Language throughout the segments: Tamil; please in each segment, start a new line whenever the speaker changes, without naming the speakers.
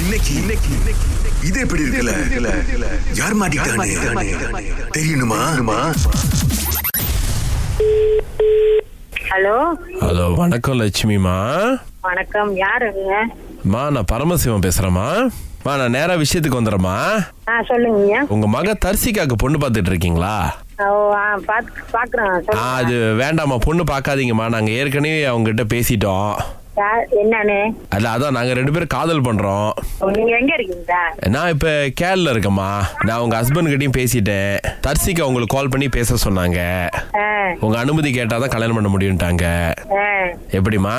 இன்னைக்கு இன்னைக்கு இது எப்படி இருக்குல்ல யார் மாட்டிக்கிட்டானே தெரியணுமா
ஹலோ
ஹலோ வணக்கம் லட்சுமிமா
வணக்கம் யாருங்க
மா நான் பரமசிவம் பேசுறேம்மா மா நான் நேரா விஷயத்துக்கு வந்துடுறேம்மா
ஆ சொல்லுங்க
உங்க மக தர்சிகாக்கு பொண்ணு பார்த்துட்டு இருக்கீங்களா
ஓ ஆ பாத் பாக்குறேன்
ஆ,
சொல்லுங்க
அது வேண்டாம்மா பொண்ணு பார்க்காதீங்கம்மா நாங்க ஏற்கனவே அவங்க கிட்ட பேசிட்டோம்
யார் என்னன்னு
அல்ல அதான் நாங்க ரெண்டு பேரும் காதல் பண்றோம்
ஓ, நீங்க எங்க இருக்கீங்களா
நான் இப்ப கேரள இருக்கேம்மா நான் உங்க ஹஸ்பண்ட் கிட்டயும் பேசிட்டேன் தர்சிகா உங்களுக்கு கால் பண்ணி பேச சொன்னாங்க
ஆ,
உங்க அனுமதி கேட்டாதான் கல்யாணம் பண்ண முடியும்ட்டாங்க
ஆ.
எப்படிம்மா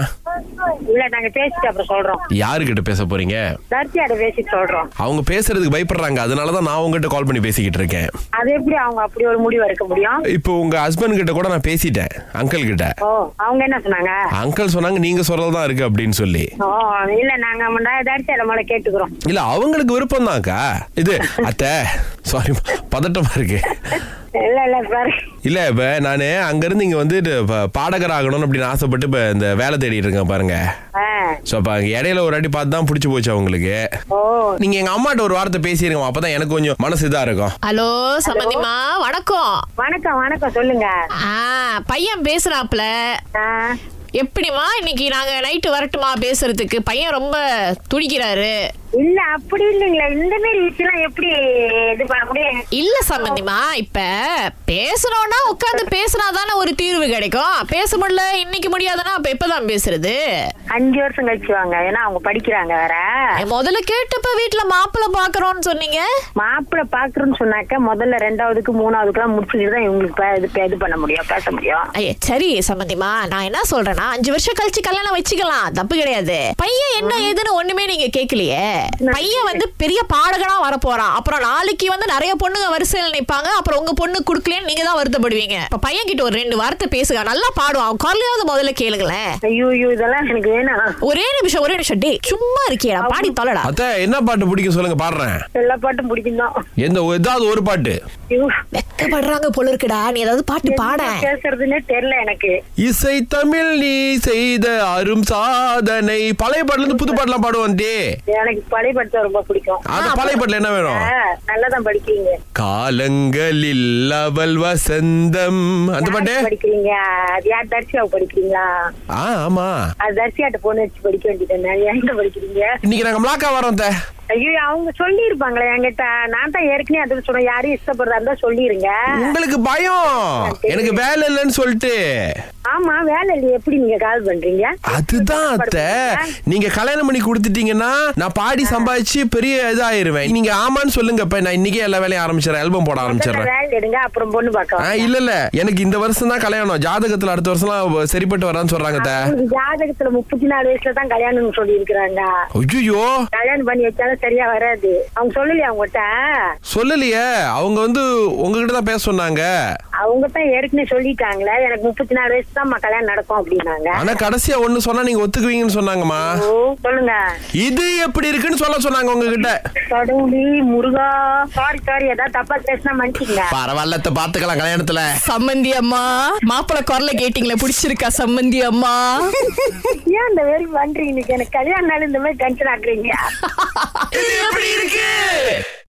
இல்ல நாங்க பேசிட்டு அப்புறம் சொல்றோம்
யாருக்கிட்ட பேச போறீங்க
தர்த்தியாட பேசிட்டு சொல்றோம்
அவங்க பேசுறதுக்கு பயப்படுறாங்க அதனாலதான் நான் உங்ககிட்ட கால் பண்ணி பேசிக்கிட்டு இருக்கேன்
அது எப்படி அவங்க அப்படி ஒரு முடிவு எடுக்க முடியும்
இப்போ உங்க ஹஸ்பண்ட் கிட்ட கூட நான் பேசிட்டேன் அங்கிள் கிட்ட
ஓ அவங்க என்ன சொன்னாங்க
அங்கிள் சொன்னாங்க நீங்க சொல்றதுதான் இருக்கு அப்படின்னு சொல்லி
ஓ இல்ல நாங்க முன்னாடி தர்த்தியாட மேல கேட்டுக்கிறோம்
இல்ல அவங்களுக்கு விருப்பம் தான்க்கா இது அத்தை சாரி பதட்டமா இருக்கு
இல்ல இல்ல பாரு
இல்ல இப்ப நானு அங்க இருந்து இங்க வந்து பாடகர் ஆகணும்னு அப்படின்னு ஆசைப்பட்டு இப்ப இந்த வேலை தேடிட்டு இருக்கேன் பாருங்க
ஆ,
சோ அப்ப அங்க இடையில ஒரு வாட்டி பார்த்து தான் பிடிச்சு போச்சு அவங்களுக்கு
ஓ
நீங்க எங்க அம்மாட்ட ஒரு வார்த்தை பேசிருங்க அப்பதான் எனக்கு கொஞ்சம் மனசு இதா இருக்கும்
ஹலோ சமந்திமா வணக்கம்
வணக்கம் வணக்கம் சொல்லுங்க
ஆ பையன் பேசுறாப்ல
ஆ,
எப்படிமா இன்னைக்கு நாங்க நைட்டு வரட்டுமா பேசுறதுக்கு பையன் ரொம்ப துடிக்கிறாரு
இல்ல அப்படி இல்லைங்களா இந்த மாதிரி விஷயம் எப்படி இது பண்ண முடியும்
இல்ல சம்பந்திமா இப்ப பேசுறோம்னா உட்கார்ந்து பேசுனாதானே ஒரு தீர்வு கிடைக்கும் பேச முடியல இன்னைக்கு முடியாதுன்னா அப்ப எப்பதான் பேசுறது
அஞ்சு வருஷம் கழிச்சு வாங்க ஏன்னா அவங்க படிக்கிறாங்க வேற
முதல்ல கேட்டப்ப வீட்ல மாப்பிள்ளை பாக்குறோம்னு சொன்னீங்க
மாப்பிள்ளை பாக்குறேன்னு சொன்னாக்க முதல்ல ரெண்டாவதுக்கு மூணாவதுக்குலாம் முடிச்சுட்டு தான் இவங்களுக்கு பே- இது பே- இது பண்ண முடியும் பேச முடியும்
ஐய, சரி சம்பந்திமா நான் என்ன சொல்றேன்னா அஞ்சு வருஷம் கழிச்சு கல்யாணம் வச்சுக்கலாம் தப்பு கிடையாது பையன் என்ன ஏதுன்னு ஒண்ணுமே நீங்க கேக்கலையே பையன் வந்து பெரிய பாடகனா வர போறான் அப்புறம் நாளைக்கு வந்து நிறைய பொண்ணுங்க வரிசையில நிப்பாங்க அப்புறம் உங்க பொண்ணு குடுக்கலன்னு நீங்க தான் வருத்தப்படுவீங்க இப்ப பையன் கிட்ட ஒரு ரெண்டு வார்த்தை பேசுங்க நல்லா பாடுவான் அவன் காலையாவது முதல்ல கேளுங்களேன்
ஐயோ ஐயோ இதெல்லாம் எனக்கு வேணாம்
ஒரே நிமிஷம் ஒரே நிமிஷம் டே சும்மா இருக்கியா பாடி தொலைடா
அத்தை என்ன பாட்டு பிடிக்கும் சொல்லுங்க பாடுறேன்
எல்லா பாட்டும் பிடிக்கும் தான்
எந்த ஏதாவது ஒரு பாட்டு
வெக்கப்படுறாங்க போல இருக்குடா நீ ஏதாவது பாட்டு பாட
பேசுறதுன்னே தெரியல எனக்கு
இசை தமிழ் நீ செய்த அரும் சாதனை பழைய பாட்டுல இருந்து புது பாட்டுலாம் பாடுவோம் டே
எனக்கு பழைய படத்தை ரொம்ப பிடிக்கும்
அந்த பழைய பாட்டுல என்ன வேணும்
ஆ, நல்லா தான் படிக்கிறீங்க
காலங்களில் அவள் வசந்தம் அந்த பாட்டு
யார் படிக்கிறீங்க அது யார் தர்சியாவை படிக்கிறீங்களா
ஆ ஆமா
அது தர்சியாட்ட பொண்ணு வச்சு படிக்க வேண்டியதுதானே என்கிட்ட படிக்கிறீங்க
இன்னைக்கு நாங்க மிளாக்கா வரோம் தே
ஐயோ அவங்க சொல்லி இருப்பாங்களே என்கிட்ட நான் தான் ஏற்கனவே அதுக்கு சொன்னேன் யாரும் இஷ்டப்படுறதா இருந்தா சொல்லிருங்க
உங்களுக்கு பயம் எனக்கு வேலை இல்லைன்னு சொல்லிட்டு
ஆமா வேலை இல்லையே எப்படி நீங்க கால் பண்றீங்க
அதுதான் அத்தை நீங்க கல்யாணம் பண்ணி கொடுத்துட்டீங்கன்னா நான் பாடி சம்பாதிச்சு பெரிய இதாயிருவேன் நீங்க ஆமான்னு சொல்லுங்க இப்ப நான் இன்னைக்கே எல்லா வேலையும் ஆரம்பிச்சிடறேன் ஆல்பம் போட ஆரம்பிச்சிடறேன்
வேலை எடுங்க அப்புறம் பொண்ணு பார்க்க
ஆ,
வாங்க.
இல்ல இல்ல எனக்கு இந்த வருஷம் தான் கல்யாணம் ஜாதகத்துல அடுத்த வருஷம் சரிப்பட்டு வரான்னு சொல்றாங்க அத்தை.
அவங்களுக்கு ஜாதகத்துல முப்பத்தி நாலு வயசுல தான் கல்யாணம் சொல்லி இருக்கிறாங்க
ஐயோ
கல்யாணம் பண்ணி வச்சாலும் சரியா வராது அவங்க சொல்லலையா அவங்ககிட்ட
சொல்லலையே அவங்க வந்து உங்ககிட்ட தான் பேச சொன்னாங்க
அவங்க தான் ஏற்கனவே சொல்லிட்டாங்களே எனக்கு முப்பத்தி நாலு வயசு தான் கல்யாணம் நடக்கும் அப்படின்னாங்க
ஆனா கடைசியா ஒண்ணு சொன்னா நீங்க ஒத்துக்குவீங்கன்னு சொன்னாங்கம்மா
ஓ சொல்லுங்க
இது எப்படி இருக்குன்னு சொல்ல சொன்னாங்க உங்ககிட்ட
கடவுளி முருகா சாரி சாரி ஏதாவது தப்பா பேசினா மன்னிச்சுங்க
பரவாயில்ல பாத்துக்கலாம் கல்யாணத்துல
சம்மந்தி அம்மா மாப்பிள்ள குரல கேட்டிங்களே பிடிச்சிருக்கா சம்மந்தி அம்மா
ஏன் இந்த மாதிரி பண்றீங்க எனக்கு கல்யாணம் நாள் இந்த மாதிரி டென்ஷன் ஆக்குறீங்க
இது எப்படி இருக்கு